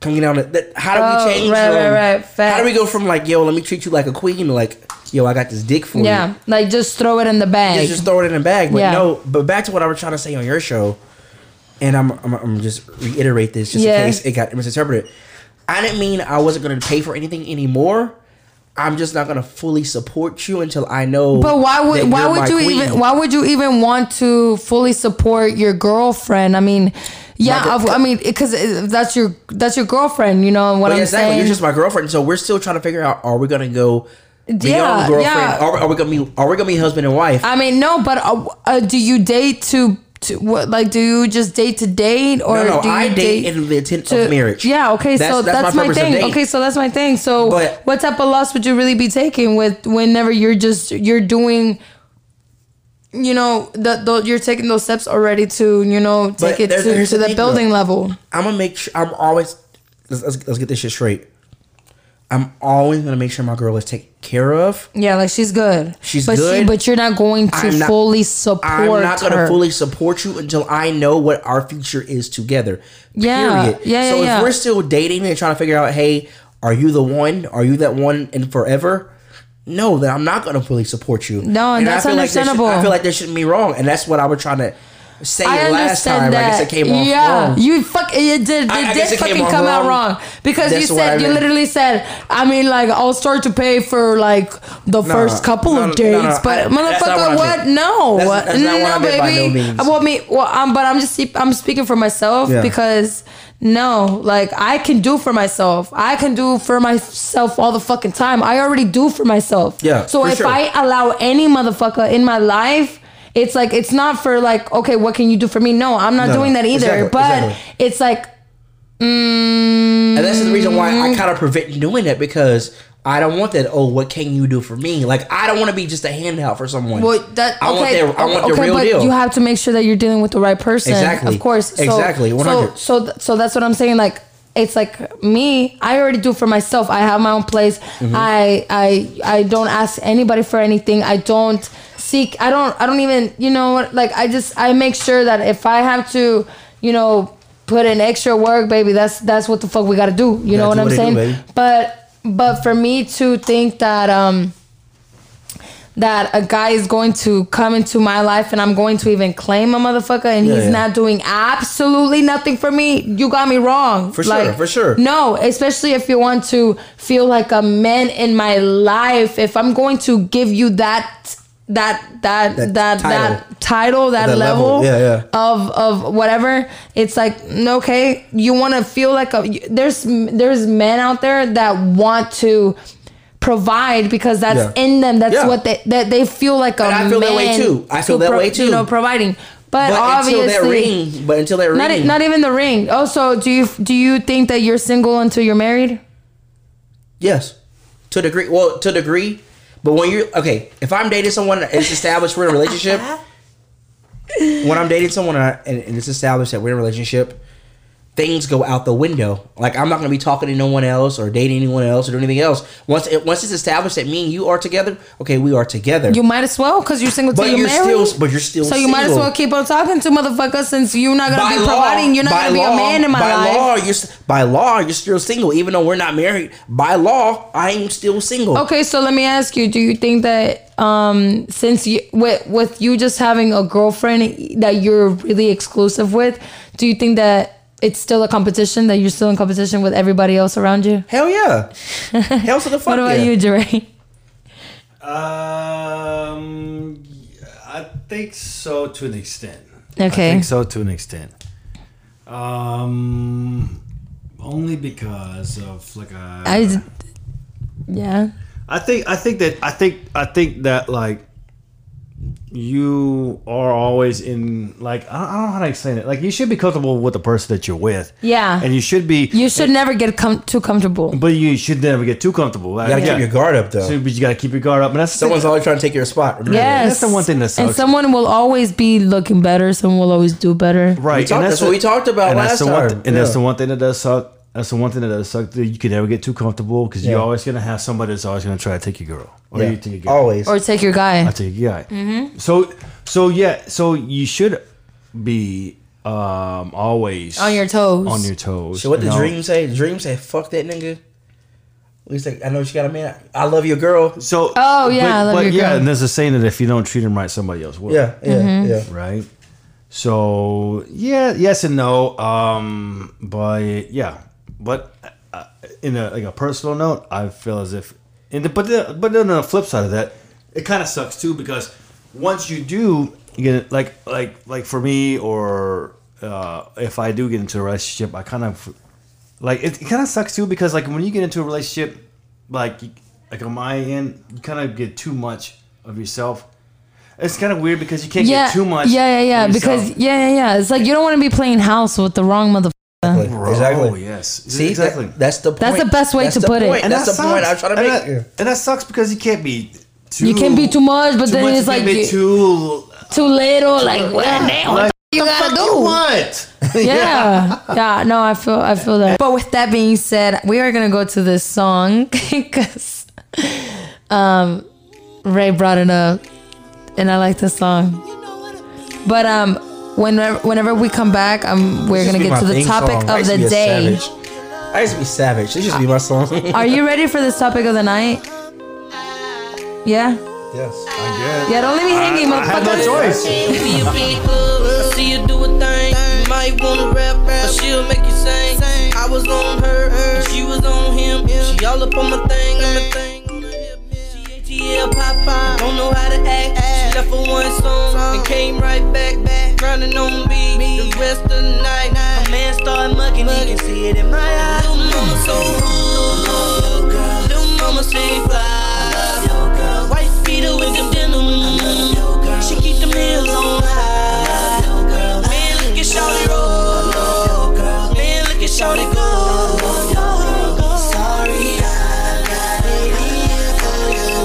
B: coming down. the- That, how do
C: Oh,
B: we change?
C: right,
B: from-
C: right, right.
B: How do we
C: Facts.
B: go from like yo, let me treat you like a queen, to like yo, I got this dick for you.
C: Yeah, like just throw it in the
B: Yeah,
C: bag.
B: just throw it in a bag. But
C: Yeah.
B: no, but back to what I was trying to say on your show, and I'm I'm, I'm just reiterate this just
C: Yeah.
B: in case it got misinterpreted. I didn't mean I wasn't going to pay for anything anymore. I'm just not going to fully support you until I know.
C: But why
B: that
C: would why
B: you're
C: would
B: my
C: you
B: queen.
C: even why would you even want to fully support your girlfriend? I mean, yeah,
B: My girl-
C: I, I mean, because that's your that's your girlfriend. You know what
B: But
C: I'm
B: yeah, exactly,
C: saying?
B: you're just my girlfriend. So we're still trying to figure out: are we going to go beyond
C: Yeah,
B: girlfriend?
C: yeah.
B: Are, we- are we going to be are we going to be husband and wife?
C: I mean, no, but uh, uh, do you date to, to what? Like, do you just date to date, or
B: no, no,
C: do you
B: I date, in the intent of [LAUGHS] marriage.
C: Yeah, okay, so that's, my,
B: purpose of
C: thing.
B: dating.
C: Okay, so that's my thing. So,
B: But-
C: what type of loss would you really be taking with whenever you're just you're doing, you know, the, the you're taking those steps already to you know take
B: But
C: it
B: there's-
C: to,
B: here's
C: to
B: the
C: the
B: thing,
C: building
B: though.
C: level.
B: I'm gonna make sure I'm always let's, let's, let's get this shit straight. I'm always gonna make sure my girl is taken care of.
C: Yeah, like she's good.
B: She's
C: but
B: good.
C: but you're not going to
B: I'm not-
C: fully support
B: I'm not gonna
C: her.
B: fully support you until I know what our future is together.
C: Yeah,
B: Period.
C: yeah,
B: So
C: yeah,
B: if
C: yeah.
B: we're still dating and trying to figure out, hey, are you the one? Are you that one in forever? No, then I'm not gonna fully support you.
C: No, and that's
B: I feel like there should-
C: understandable.
B: I feel like there shouldn't be wrong, and that's what I was trying to say
C: I
B: last
C: understand
B: time.
C: that.
B: I guess it came off
C: yeah,
B: wrong.
C: you fuck. It did. It
B: I- I guess
C: did
B: it came
C: fucking
B: off
C: come out
B: wrong.
C: wrong because
B: That's
C: you
B: what I
C: said you
B: meant.
C: literally said. I mean, like I'll start to pay for like the first couple
B: no, no,
C: of dates,
B: no, no,
C: but
B: I- that's not what I
C: motherfucker, what?
B: meant.
C: No,
B: That's- that's not
C: no,
B: what I meant by no
C: baby.
B: means.
C: Well, me. Well, um, but I'm just. see- I'm speaking for myself
B: Yeah.
C: because no, like I can do for myself. I can do for myself all the fucking time. I already do for myself.
B: Yeah,
C: So
B: for
C: if
B: sure.
C: I allow any motherfucker in my life, it's like it's not for like okay, what can you do for me? No, I'm not
B: No,
C: doing that either.
B: exactly,
C: but
B: exactly.
C: it's like
B: And that's the reason why
C: Mm.
B: I kind of prevent doing that because I don't want that. Oh, what can you do for me? Like I don't want to be just a handout for someone.
C: well, that
B: I want
C: okay,
B: their, I want
C: okay,
B: the real
C: but
B: deal.
C: you have to make sure that you're dealing with the right person.
B: Exactly.
C: of course, so,
B: Exactly,
C: So
B: 100.
C: so th- so that's what I'm saying. Like it's like me. I already do for myself.
B: Mm-hmm.
C: I have my own place. I I I don't ask anybody for anything. I don't seek. I don't. I don't even. You know what? Like I just. I make sure that if I have to, you know, put in extra work, baby. That's that's what the fuck we gotta do. You know what
B: Gotta do
C: I'm
B: what they do,
C: saying?
B: baby.
C: but but for me to think that um that a guy is going to come into my life and I'm going to even claim a motherfucker and
B: Yeah,
C: he's
B: yeah.
C: not doing absolutely nothing for me, you got me wrong.
B: For sure, for sure.
C: No, especially if you want to feel like a man in my life. If I'm going to give you that that that that
B: That
C: that title,
B: title.
C: that,
B: That
C: level,
B: level, yeah, yeah.
C: of of whatever it's like n- okay you want to feel like a y- there's there's men out there that want to provide because that's
B: Yeah.
C: in them that's
B: Yeah.
C: what they that they feel like a
B: And I feel
C: man
B: that way too. I feel
C: to
B: that way too.
C: you know providing but,
B: But
C: obviously
B: until that ring, but until that ring,
C: not e- not even the ring also do you do you think that you're single until you're married
B: Yes, to a degree. Well, to a degree, but when you're okay, if I'm dating someone and it's established we're in a
C: [LAUGHS]
B: relationship, when I'm dating someone and, I, and, and it's established that we're in a relationship, things go out the window. Like I'm not gonna be talking to no one else or dating anyone else or doing anything else. Once it, once it's established that me and you are together, okay, we are together.
C: you might as well because you're single till
B: but
C: you're,
B: you're
C: married
B: still, but you're still.
C: so you might as
B: single.
C: well keep on talking to motherfuckers since you're not gonna be providing. You're not
B: by
C: gonna be a
B: law-
C: man in my
B: by
C: life.
B: Law, you're, s- by law, you're still single, even though we're not married. By law, I'm still single.
C: Okay, so let me ask you: Do you think that um, since you with with you just having a girlfriend that you're really exclusive with, do you think that it's still a competition? That you're still in competition with everybody else around you? [LAUGHS]
B: Hell yeah. Hell to the fuck
C: What about
B: yeah.
C: you, Jere?
A: Um, I think so to an extent. I
C: Okay,
A: think so to an extent. Um, only because of like a.
C: I d- yeah.
A: I think I think that I think I think that like you are always in like I don't, I don't know how to explain it. Like you should be comfortable with the person that you're with.
C: Yeah.
A: And you should be.
C: You should never get com- too comfortable.
A: But you should never get too comfortable.
B: You gotta keep your guard up, though.
A: So, but you gotta keep your guard up, and that's the thing-
B: Someone's always trying to take your spot. Remember that.
C: Yes,
A: That's the one thing that
C: And
A: sucks.
C: someone will always be looking better. Someone will always do better.
A: right.
B: We talked- that's what we talked about
A: and that's
B: last
A: the one
B: time.
A: thi- and that's
B: Yeah.
A: the one thing that does suck. That's the one thing that does suck. That you can never get too comfortable because
B: Yeah.
A: you're always gonna have somebody that's always gonna try to take your girl, or
B: Yeah.
A: you take your girl.
B: Always.
C: Or take your guy.
A: I take your guy. So, so yeah, so you should be um always
C: On your toes.
A: On your toes.
B: so what the
A: and all-
B: dream say? Dream say, fuck that nigga. He's like, I know she got a man. I love your girl.
A: So
C: Oh, yeah, I
A: but,
C: love
A: but
C: your
A: yeah,
C: girl.
A: and there's a saying that if you don't treat him right, somebody else will.
B: Yeah, yeah,
C: Mm-hmm.
B: yeah.
A: right? So yeah, yes and no. Um, but yeah, but uh, in a like a personal note, I feel as if, and the, but the, but then on the flip side of that, it kind of sucks too because once you do get like like like for me or uh, if I do get into a relationship, I kind of like it, kind of sucks too because like when you get into a relationship, like you- like on my end, you kind of get too much of yourself. It's kind of weird because you can't
C: yeah,
A: get too much.
C: Yeah, yeah, yeah.
A: of yourself.
C: Because yeah, yeah, yeah. It's like you don't want to be playing house with the wrong mother.
B: Like,
A: Bro,
B: exactly.
A: Oh, yes.
B: See,
A: exactly.
B: exactly. that's the point.
C: Uh-huh. That's the best way
B: That's
C: to
B: the
C: put it.
B: point.
A: and
B: that's
A: that
B: the point I was
A: sucks.
B: trying to
A: and
B: make.
A: That,
B: Yeah.
A: and that sucks because you can't be. Too,
C: You can be too much, but
A: too
C: then
A: much, you
C: it's like
A: can't be
C: you-
A: too.
C: Too little, like well, damn, what
A: Like,
C: the you gotta
A: fuck
C: do.
A: you
C: [LAUGHS]
A: want? [LAUGHS]
C: yeah, yeah. No, I feel, I feel that. But with that being said, we are gonna go to this song [LAUGHS] because um, Ray brought it up, and I like the song. But um, whenever whenever we come back, um, we're
B: This
C: gonna
B: should be
C: get to
B: my
C: the
B: theme
C: topic
B: song. I
C: of
B: used to
C: the
B: be a
C: day.
B: savage. I used to be savage. This should be my song.
C: [LAUGHS]
B: yes.
C: Are you ready for this topic of the night? Yeah.
A: I
C: Yeah, don't leave me hanging,
A: I had
C: motherfucker.
A: no choice.
G: See you play club, I see you do a thing. You might wanna rap, but she'll make you sing. I was on her, and she was on him. She all up on my thing, and my thing on her hip. She ATL pop pop, don't know how to act. She left for one song and came right back, back. Grinding on me the rest of the night. A man started mugging, he can see it in my eyes. Little mama so rude, little mama say fly. White feet are with the denim. She keep them heels on high. Man, look at Shawty roll. Man, look at Shawty go. Sorry, I got it in for you,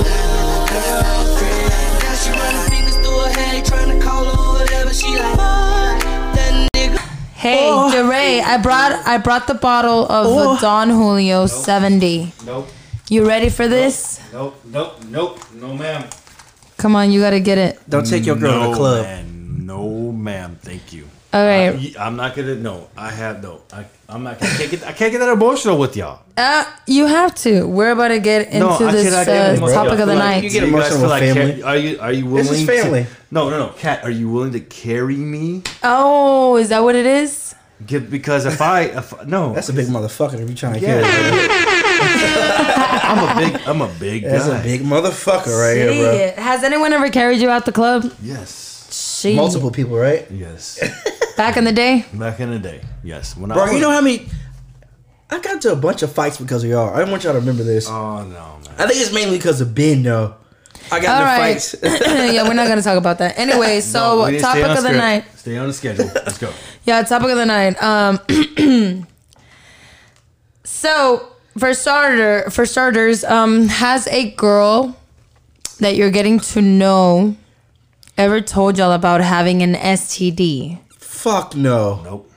G: girlfriend. Now she running fingers through her hair, trying to call her whatever. She like, fuck that nigga.
C: Hey,
A: Oh.
C: Jeray, I brought I brought the bottle of uh, Don Julio 70.
A: Nope.
C: You ready for this?
A: Nope. Nope. Nope. No, ma'am.
C: Come on, you gotta get it.
B: Don't take your girl
A: no,
B: to the club.
A: Man, no, ma'am. Thank you.
C: All right.
A: I, am not gonna. No, I have no. I, I'm not. I can't get. I can't get that emotional with y'all.
C: Uh, you have to. We're about to get into
A: no, I
C: this
A: cannot get
C: uh,
A: emotional with
C: topic
A: y'all.
C: of the
A: Like,
C: night.
B: you get
A: do guys
B: emotional
A: feel
B: with family.
A: car- Are you? Are you willing?
B: This is family.
A: To, no, no, no. Cat, are you willing to carry me?
C: oh, is that what it is?
A: Get, because if I, if, no,
B: That's a big motherfucker if you're trying
A: [LAUGHS]
B: to
A: Yeah.
B: kill it.
A: I'm a big. I'm a big
B: That's
A: guy.
B: a big motherfucker right here, bro.
C: Shit. Has anyone ever carried you out the club?
A: Yes.
C: She.
B: Multiple people, right?
A: Yes.
C: Back in the day. [COUGHS]
A: Back in the day. Yes. When I
B: Bro,
A: was,
B: you know how many? I got into a bunch of fights because of y'all. I want y'all to remember this.
A: Oh no, man.
B: I think it's mainly because of Ben, though. I got
C: All
B: into
C: right.
B: fights. [LAUGHS]
C: yeah, we're not gonna talk about that. Anyway, so
A: We need to stay
C: topic
A: on
C: of the
A: script.
C: night.
A: Stay on the schedule. Let's go.
C: Yeah, topic of the night. Um, [CLEARS THROAT] so for starter, for starters, um, has a girl that you're getting to know ever told y'all about having an STD?
B: Fuck no.
A: Nope.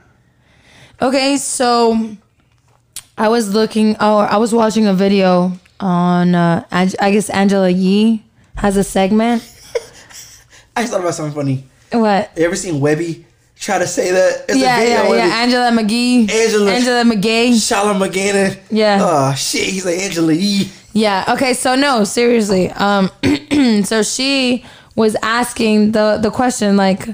C: Okay, so I was looking, or I was watching a video on, uh, Ang- I guess Angela Yee has a segment.
B: I just thought about something funny.
C: What?
B: You ever seen Webby try to say that? It's
C: yeah, yeah,
B: Webby.
C: yeah. Angela McGee.
B: Angela-
C: Angela McGee.
B: Shala McGann.
C: Yeah.
B: Oh shit, he's like Angela Yee.
C: Yeah. Okay. So no, seriously. Um, [CLEARS THROAT] so she was asking the the question like,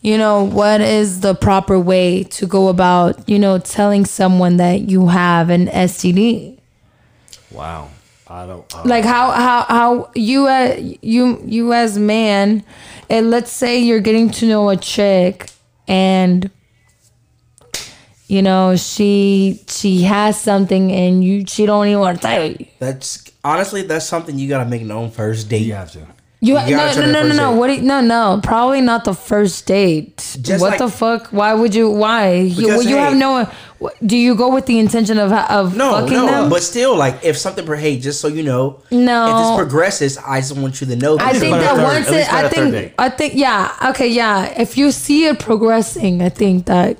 C: you know, what is the proper way to go about, you know, telling someone that you have an STD?
A: Wow. I don't. Uh,
C: like how how how you uh, you you as man and let's say you're getting to know a chick and you know she she has something and you she don't even want to tell you
B: That's honestly, that's something you gotta make known first date.
A: you have to.
C: you,
B: gotta
C: no,
B: tell
C: no
B: her
C: no no
B: first
C: no
B: date.
C: what do you, no no probably not the first date
B: Just
C: what
B: like-
C: the fuck why would you why you,
B: Because,
C: well, you
B: hey-
C: have no what- do you go with the intention of of
B: No,
C: fucking
B: no,
C: them
B: but still, like, if something, per- hey, just so you know,
C: No.
B: if this progresses, I just want you to know.
C: I
B: this
C: think
A: by
B: is-
C: that
A: the third-
C: once
A: at
C: it,
A: least by
C: I
A: the third
C: think,
A: date.
C: I think, yeah, okay, yeah. If you see it progressing, I think that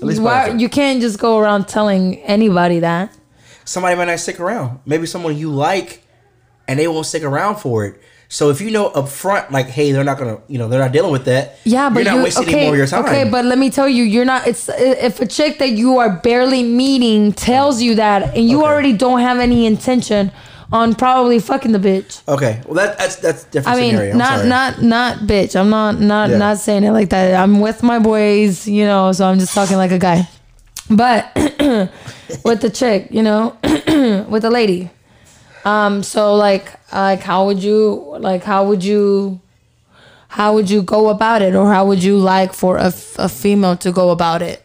A: least by the
C: why
A: third.
C: you can't just go around telling anybody that.
B: somebody might not stick around. Maybe someone you like, and they won't stick around for it. So if you know up front, like, hey, they're not gonna, you know, they're not dealing with that.
C: Yeah, but
B: you're not
C: you-
B: wasting
C: okay,
B: any more of your time.
C: okay, but let me tell you, you're not. It's if a chick that you are barely meeting tells you that, and you
B: Okay.
C: already don't have any intention on probably fucking the bitch.
B: okay, well, that, that's that's a different
C: I mean,
B: scenario. I'm
C: not
B: sorry.
C: not not bitch. I'm not not
B: Yeah.
C: not saying it like that. I'm with my boys, you know, so I'm just talking like a guy. But [CLEARS THROAT] with the chick, you know, [CLEARS THROAT] with the lady. Um so like like how would you like how would you how would you go about it or how would you like for a, f- a female to go about it?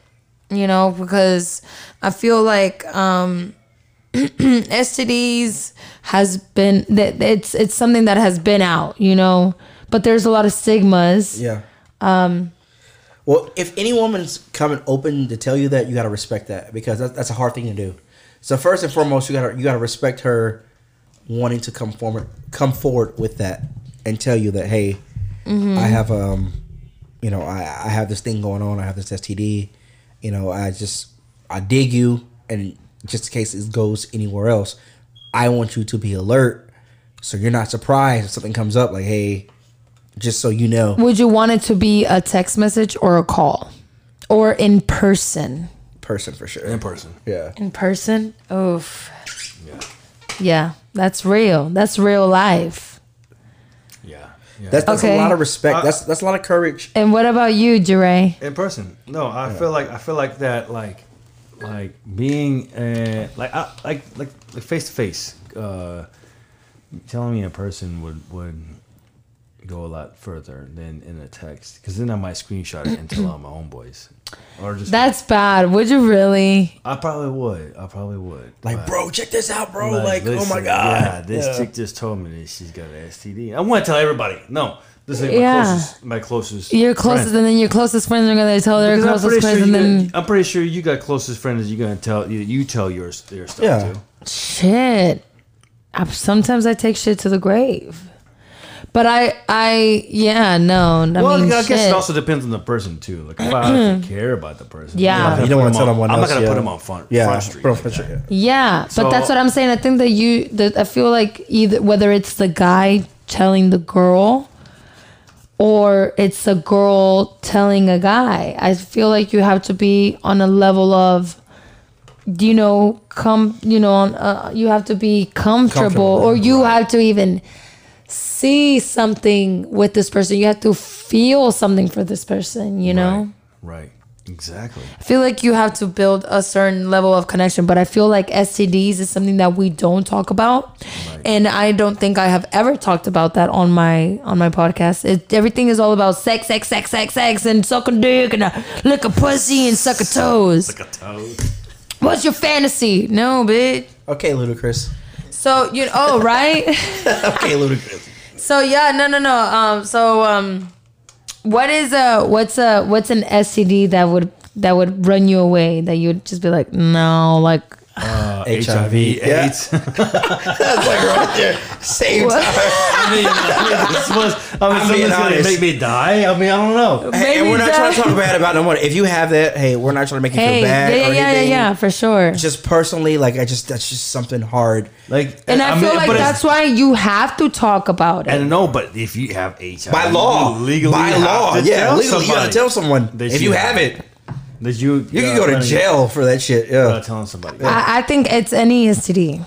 C: You know, because I feel like um [CLEARS THROAT] STDs has been that it's it's something that has been out, you know. But there's a lot of stigmas.
B: Yeah. Um. Well, if any woman's coming open to tell you that, you gotta respect that because that's, that's a hard thing to do. So first and foremost, you gotta you gotta respect her wanting to come forward come forward with that and tell you that hey, I have um, you know, I I have this thing going on. I have this STD. You know, I just I dig you, and just in case it goes anywhere else, I want you to be alert so you're not surprised if something comes up. Like hey, just so you know.
C: Would you want it to be a text message or a call? Or in person?
B: person for sure.
A: In person.
B: Yeah.
C: In person? Oof. Yeah, that's real. That's real life.
A: Yeah. Yeah.
B: That's, that's
C: Okay.
B: a lot of respect. that's that's a lot of courage.
C: And what about you, Jure?
A: in person. No, I feel like I feel like that like like being uh, like I, like like like face to face. Uh Telling me in person would would go a lot further than in a text because then I might screenshot it and tell all my homeboys or just
C: That's bad. Would you really?
A: I probably would. I probably would.
B: Like, bro, check this out, bro. Like, oh my
A: listen, Yeah,
B: god.
A: this chick just told me that she's got an STD. I want to tell everybody. No, this is my
C: Yeah.
A: closest. My closest.
C: Your closest,
A: friend.
C: and then your closest friends are gonna tell their
A: Because I'm pretty
C: closest
A: sure
C: friends,
A: you
C: and
A: got-
C: then
A: I'm pretty sure you got closest friends. You're gonna tell you, you tell yours their stuff
B: Yeah.
A: too.
C: shit. I, sometimes I take shit to the grave. But I, I, yeah, no. I
A: well,
C: mean,
A: I guess
C: shit.
A: it also depends on the person too. Like if I
C: [CLEARS THROAT]
A: actually care about the person,
C: Yeah.
A: I'm not gonna
B: You
A: put
B: don't wanna
A: them
B: tell
A: on-
B: someone
A: I'm
B: else,
A: not gonna
B: yeah.
A: put them on front,
B: Yeah.
A: front street.
B: bro,
A: like
B: for sure,
A: that.
B: yeah.
C: Yeah, but
A: So-
C: that's what I'm saying. I think that you, that I feel like either whether it's the guy telling the girl or it's a girl telling a guy. I feel like you have to be on a level of, you know, come, you know, on, uh, you have to be comfortable,
B: Comfortable,
C: or you have to even see something with this person. You have to feel something for this person, you know?
A: Right. Exactly.
C: I feel like you have to build a certain level of connection, but I feel like STDs is something that we don't talk about, and I don't think I have ever talked about that on my on my podcast. It, everything is all about sex, sex, sex, sex, sex, and suck a dick and uh, lick a pussy and suck a toes.
A: Like a toad.
C: What's your fantasy? No, bitch.
B: Okay, Ludacris.
C: So you oh right.
B: Okay, Ludacris.
C: So yeah, no, no, no. Um, so um, what is a what's a what's an STD that would that would run you away? That you'd just be like, no, like
A: Uh, HIV,
B: Yeah.
A: AIDS.
B: [LAUGHS]
A: [LAUGHS]
B: That's like right there.
C: [LAUGHS]
B: Same time.
A: I mean, I mean, this was, I mean,
B: I'm being
A: someone's gonna
B: honest.
A: make me die. I mean, I don't know.
B: Hey, and
C: Maybe
B: we're not
C: that-
B: trying to talk bad about no one. If you have that, hey, we're not trying to make you
C: hey, yeah,
B: feel bad
C: yeah,
B: or
C: yeah, yeah,
B: anything.
C: yeah, for sure.
B: Just personally, like I just that's just something hard.
A: Like,
C: and I, feel
A: mean,
C: like
A: but it's-
C: that's why you have to talk about it.
A: And no, but if you have HIV
B: By law,
A: you legally,
B: by
A: have
B: law,
A: to
B: yeah,
A: tell
B: legally, you gotta
A: somebody
B: tell someone
A: that
B: if you have it.
A: That you,
B: You can go to jail for that shit. Yeah,
A: Not telling somebody
C: I, I think it's any STD.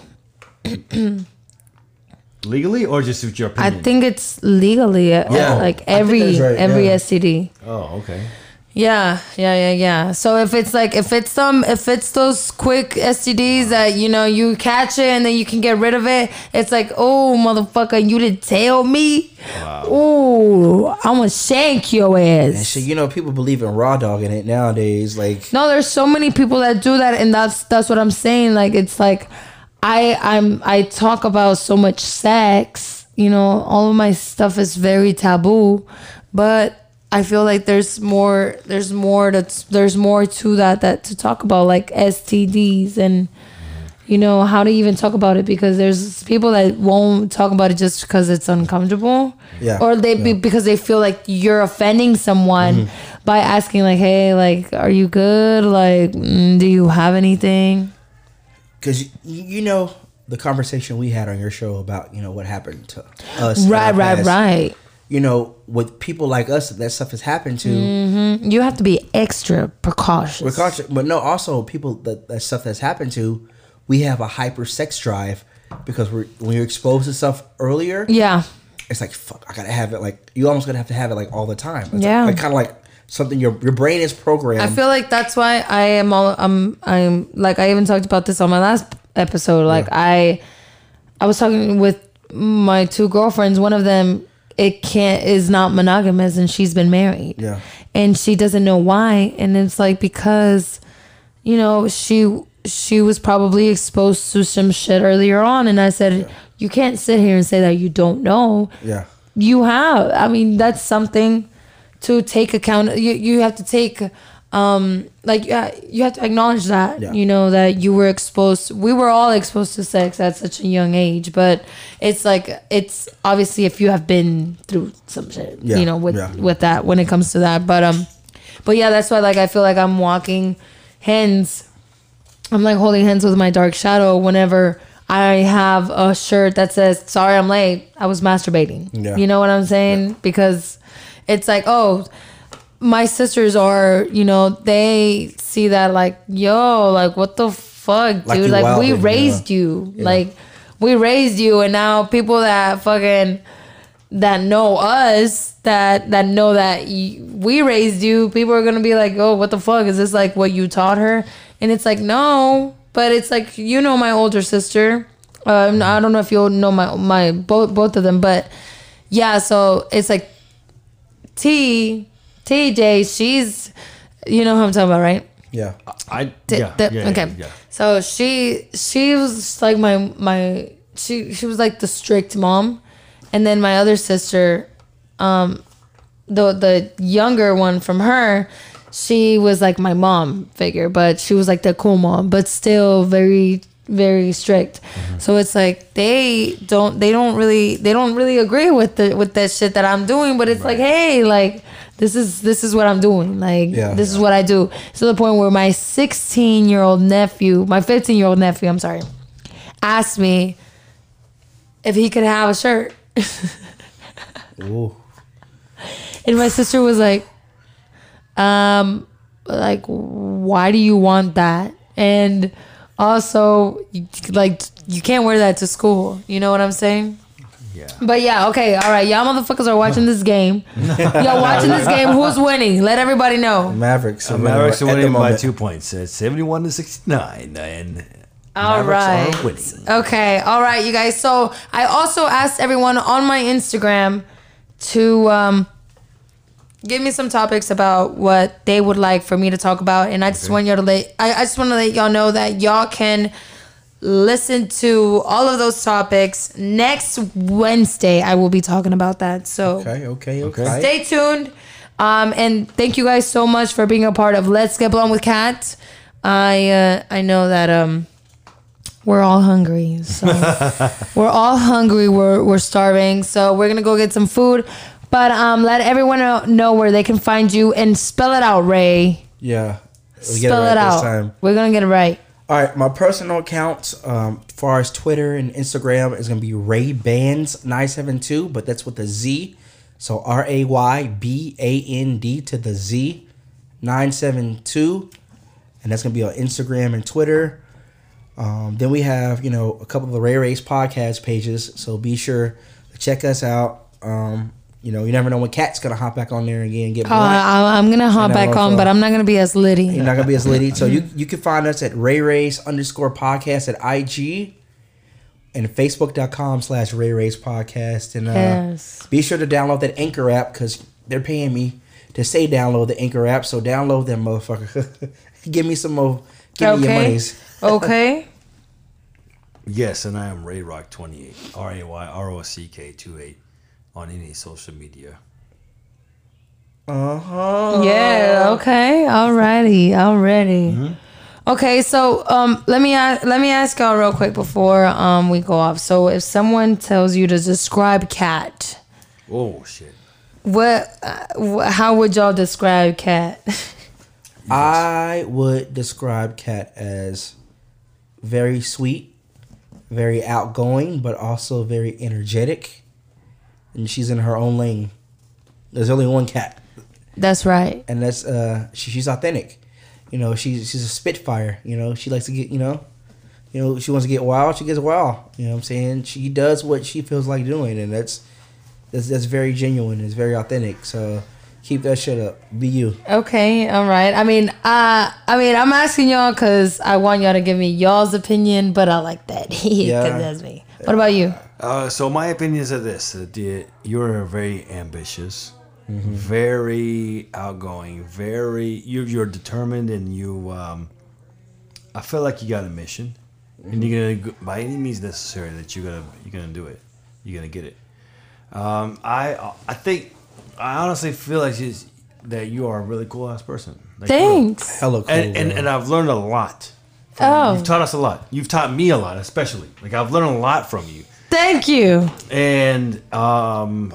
A: legally or just with your
C: I
A: opinion.
C: think it's legally uh,
B: Mm. Yeah. I
C: like
B: think
C: every
B: that's right,
C: every
B: yeah.
C: STD.
A: Oh, okay.
C: Yeah, yeah, yeah, yeah. So if it's like if it's some if it's those quick STDs that you know you catch it and then you can get rid of it, it's like oh motherfucker, you didn't tell me. Ooh, I'm gonna shank your
B: and
C: ass.
B: shit. You know, people believe in raw dogging it nowadays. Like,
C: No, there's so many people that do that, and that's that's what I'm saying. Like it's like I I'm I talk about so much sex, you know, all of my stuff is very taboo, but I feel like there's more there's more that's there's more to that that to talk about like STDs and you know how to even talk about it because there's people that won't talk about it just because it's uncomfortable
B: Yeah, Mm-hmm.
C: or they be, because they feel like you're offending someone by asking like hey like are you good like mm, do you have anything
B: because you, you know the conversation we had on your show about you know what happened to us. in
C: right
B: our
C: right
B: past.
C: right
B: You know, with people like us, that stuff has happened to.
C: Mm. you have to be extra precautious
B: We're cautious, but no, also people that, that stuff that's happened to, we have a hyper sex drive because we're when you're exposed to stuff earlier,
C: yeah
B: it's like fuck, I gotta have it. Like you almost gonna have to have it like all the time. It's
C: Yeah.
B: like, kind of like something your your brain is programmed.
C: I feel like that's why I am all I'm I'm like I even talked about this on my last episode. Like I I was talking with my two girlfriends. One of them it can't is not monogamous and she's been married.
B: Yeah.
C: And she doesn't know why. And it's like because you know, she she was probably exposed to some shit earlier on and I said you can't sit here and say that you don't know
B: yeah,
C: you have i mean that's something to take account you, you have to take um like yeah you have to acknowledge that
B: Yeah.
C: you know that you were exposed we were all exposed to sex at such a young age but it's like it's obviously if you have been through some shit
B: Yeah,
C: you know with
B: yeah.
C: with that when it comes to that but um but yeah that's why like i feel like i'm walking hands I'm like holding hands with my dark shadow whenever I have a shirt that says, Sorry, I'm late. I was masturbating.
B: Yeah.
C: You know what I'm saying? Because it's like, oh, my sisters are, you know, they see that like, yo, like, what the fuck,
B: Like
C: dude?
B: you
C: Like, we
B: wilding,
C: raised
B: yeah.
C: you. Like, we raised you. And now people that fucking that know us that that know that y- we raised you people are gonna be like oh what the fuck is this like what you taught her and it's like no but it's like you know my older sister um, i don't know if you all know my my both both of them but yeah so it's like t tj she's you know who i'm talking about right
B: yeah.
A: I
C: Di-
A: yeah,
C: the-
A: yeah,
C: okay.
A: yeah, yeah.
C: So she she was like my my she she was like the strict mom, and then my other sister, um, the the younger one from her, she was like my mom figure, but she was like the cool mom, but still very very strict.
B: Mm-hmm.
C: So it's like they don't they don't really they don't really agree with the with that shit that I'm doing, but it's like hey like this is this is what I'm doing like
B: Yeah.
C: this is what I do to the point where my 16 year old nephew, my 15 year old nephew, I'm sorry, asked me if he could have a shirt.
B: Ooh.
C: And my sister was like, um, like, why do you want that? And also, you- like, you can't wear that to school. You know what I'm saying?
A: Yeah.
C: But yeah, okay, all right. Y'all motherfuckers are watching this game. Y'all watching this game. Who's winning? Let everybody know.
B: Mavericks. are winning
A: Uh, Mavericks are
B: at the
A: winning by
B: moment.
A: two points. It's 71 to 69. And
C: All right.
A: Mavericks are winning.
C: Okay. All right, you guys. So I also asked everyone on my Instagram to um, give me some topics about what they would like for me to talk about, and I just want y'all to let I, I just want to let y'all know that y'all can listen to all of those topics next Wednesday. I will be talking about that. So
B: Okay, okay, okay.
C: stay tuned. Um, and thank you guys so much for being a part of Let's Get Blown with Cat. I uh, I know that um, we're all hungry,
B: [LAUGHS]
C: so we're all hungry. We're we're starving, so we're gonna go get some food. But um, let everyone know- know where they can find you and spell it out, Ray.
B: Yeah. We get
C: spell
B: right
C: it
B: this
C: out.
B: time.
C: We're gonna get it right.
B: All right, my personal accounts, um, as far as Twitter and Instagram, is gonna be Ray Bans nine seven two, but that's with a Z, so R A Y B A N D to the Z nine seven two, and that's gonna be on Instagram and Twitter. Um, then we have you know a couple of the Ray Ray's podcast pages, so be sure to check us out. Um, you know, you never know when Cat's gonna hop back on there again and get.
C: Uh,
B: blunt.
C: I, I'm gonna hop
B: And I'm
C: back
B: also-
C: on, but I'm not gonna be as litty.
B: You're not
C: [LAUGHS]
B: gonna be as lady. So you you can find us at Ray Race underscore podcast at IG and Facebook.com slash Ray Race Podcast. And uh,
C: Yes.
B: be sure to download that Anchor app because they're paying me to say download the Anchor app. So download them, motherfucker. [LAUGHS] give me some more. Give me your
C: Okay.
B: monies. [LAUGHS]
C: Okay.
A: Yes, and I am Ray Rock 28. R A Y R O C K 28 on any social media.
B: Uh,
C: Yeah. Okay. Alrighty. Already.
B: Mm-hmm.
C: Okay. So um, let me a- let me ask y'all real quick before um we go off. So if someone tells you to describe cat,
A: Oh, shit.
C: what uh, wh- how would y'all describe cat? [LAUGHS]
B: I would describe Kat as very sweet, very outgoing, but also very energetic. And she's in her own lane. There's only one cat,
C: That's right.
B: and that's uh, she, she's authentic. You know, she's she's a spitfire. You know, she likes to get you know, you know, she wants to get wild. She gets wild. You know what I'm saying? She does what she feels like doing, and that's that's that's very genuine. It's very authentic. So keep that shit up. Be you.
C: Okay. All right. I mean, uh, I mean, I'm asking y'all because I want y'all to give me y'all's opinion, but I like that [LAUGHS] because
B: Yeah.
C: that's me. What about you?
A: Uh, so my opinions are this: that the- you're very ambitious, very outgoing, very you you're determined, and you. Um, I feel like you got a mission, and you're gonna go- by any means necessary that you're gonna you're gonna do it. You're gonna get it. Um, I I think I honestly feel like she's, that you are a really cool ass person. Like, really.
C: Thanks.
B: Hello, cool.
A: And, and
B: girl.
A: and I've learned a lot.
C: Oh,
A: You've taught us a lot. You've taught me a lot, especially. Like I've learned a lot from you
C: thank you.
A: and um,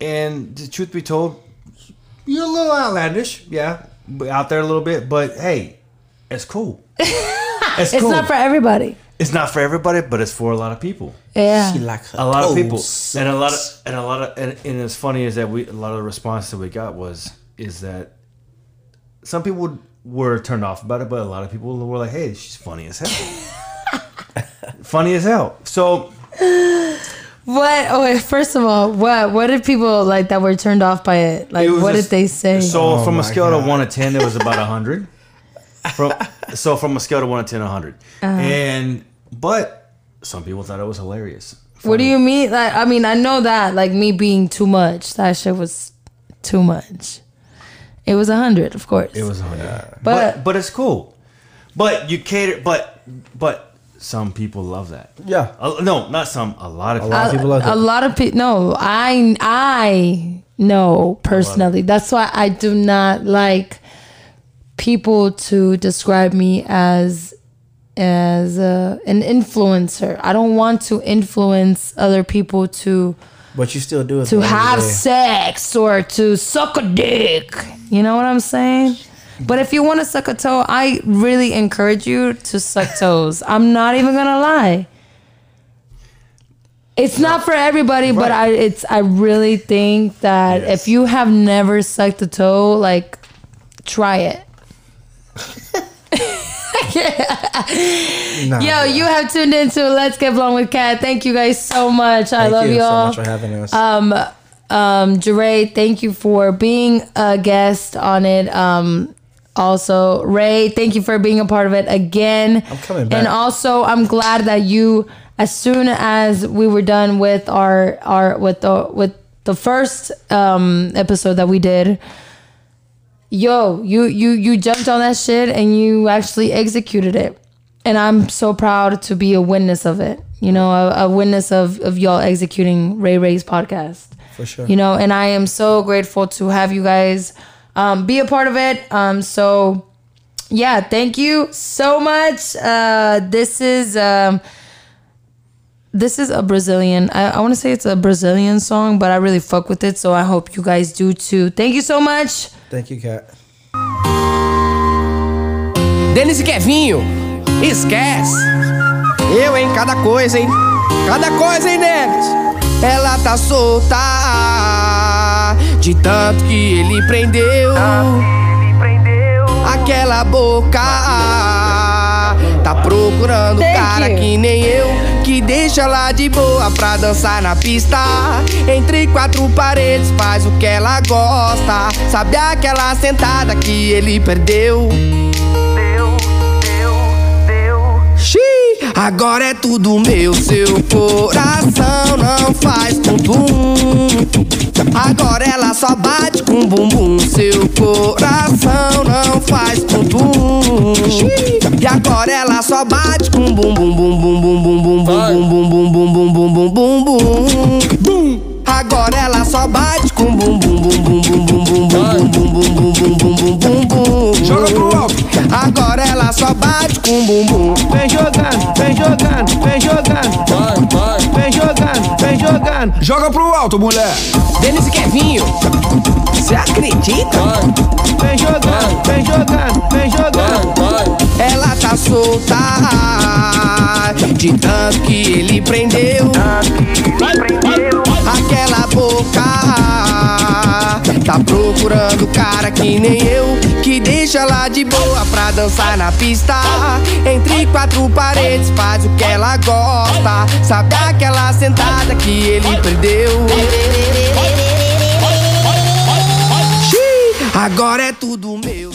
A: and the truth be told, you're a little outlandish, yeah, but out there a little bit. But hey, it's
C: [LAUGHS]
A: cool. It's,
C: It's
A: cool.
C: not for everybody.
A: it's not for everybody, but it's for a lot of people.
C: Yeah.
B: She like her
A: A lot of
B: toes.
A: people, and a lot of and a lot of and, and as funny as that, we a lot of the response that we got was is that some people were turned off about it, but a lot of people were like, "Hey, she's funny as hell."
C: [LAUGHS]
A: funny as hell. So
C: What? Oh, wait, first of all, what? What did people like that were turned off by it? Like,
A: It was
C: what
A: a-
C: did they say?
A: So from
B: my
A: a scale
B: God.
A: to one to ten, it was about [LAUGHS] hundred. From so from a scale to one to ten, hundred.
C: Uh-huh.
A: And but some people thought it was hilarious.
C: what do you mean? Like, I mean, I know that like me being too much. That shit was too much. It was a hundred, of course.
A: It was hundred.
C: but,
A: but it's cool. But you cater. But but some people love that.
B: Yeah.
A: Uh, no, not some. A lot of people.
B: lot of people love
C: a
B: that.
C: lot of people. No, I I know personally. That's why I do not like people to describe me as as uh an influencer. I don't want to influence other people to
B: But you still do it.
C: to
B: at the end of the
C: have
B: day.
C: sex or to suck a dick. You know what I'm saying? But if you want to suck a toe, I really
B: [LAUGHS]
C: encourage you to suck toes. I'm not even gonna lie. It's not for everybody, but I it's I really think that
A: Yes.
C: if you have never sucked a toe, like try it.
B: Nah,
C: Yo, you have tuned into Let's Get Blown with Kat. Thank you guys so much. I
B: thank
C: love Uh,
B: you
C: all
B: so much for having us.
C: um Jure, thank you for being a guest on it. Um also Ray, thank you for being a part of it again. I'm
B: coming back.
C: And also I'm glad that you as soon as we were done with our our with the with the first um episode that we did yo you you you jumped on that shit and you actually executed it and i'm so proud to be a witness of it you know a, a witness of of y'all executing ray ray's podcast
B: for sure.
C: you know and i am so grateful to have you guys um, be a part of it um, so yeah thank you so much uh, this is um, this is a brazilian i, I want to say it's a brazilian song but i really fuck with it so i hope you guys do too thank you so much
B: thank you, Kat.
H: Denis e Kevinho, esquece. Eu, hein, cada coisa, hein? Cada coisa, hein, Denis? Ela tá solta de tanto que ele prendeu. Aquela boca tá procurando
C: Thank
H: cara
C: you.
H: que nem eu. Que deixa lá de boa pra dançar na pista. Entre quatro paredes, faz o que ela gosta. Sabe aquela sentada que ele perdeu? Xiii, Agora é tudo meu, seu coração não faz bumbum. Agora ela só bate com bumbum, seu coração não faz bumbum. Xiii, E agora ela só bate com bum bum bum bum bum bum bum bum bum bum bum bum bum bum bum bum bum. Agora ela só bate com bum bum bum bum bum bum bum bum bum bum bum bum bum bum bum bum. Joga pro alto. Agora ela só bate com bumbum. Vem jogando, vem jogando, vem jogando. Vai, vai. Vem jogando, vem jogando.
I: Joga pro alto, mulher.
H: Denis e Kevinho, você acredita? Vem jogando, vem jogando, vem jogando. Ela tá solta de tanto que ele prendeu. Aquela boca tá procurando cara que nem eu. Que deixa lá de boa pra dançar na pista. Entre quatro paredes, faz o que ela gosta. Sabe aquela sentada que ele perdeu. Xiii, Agora é tudo meu.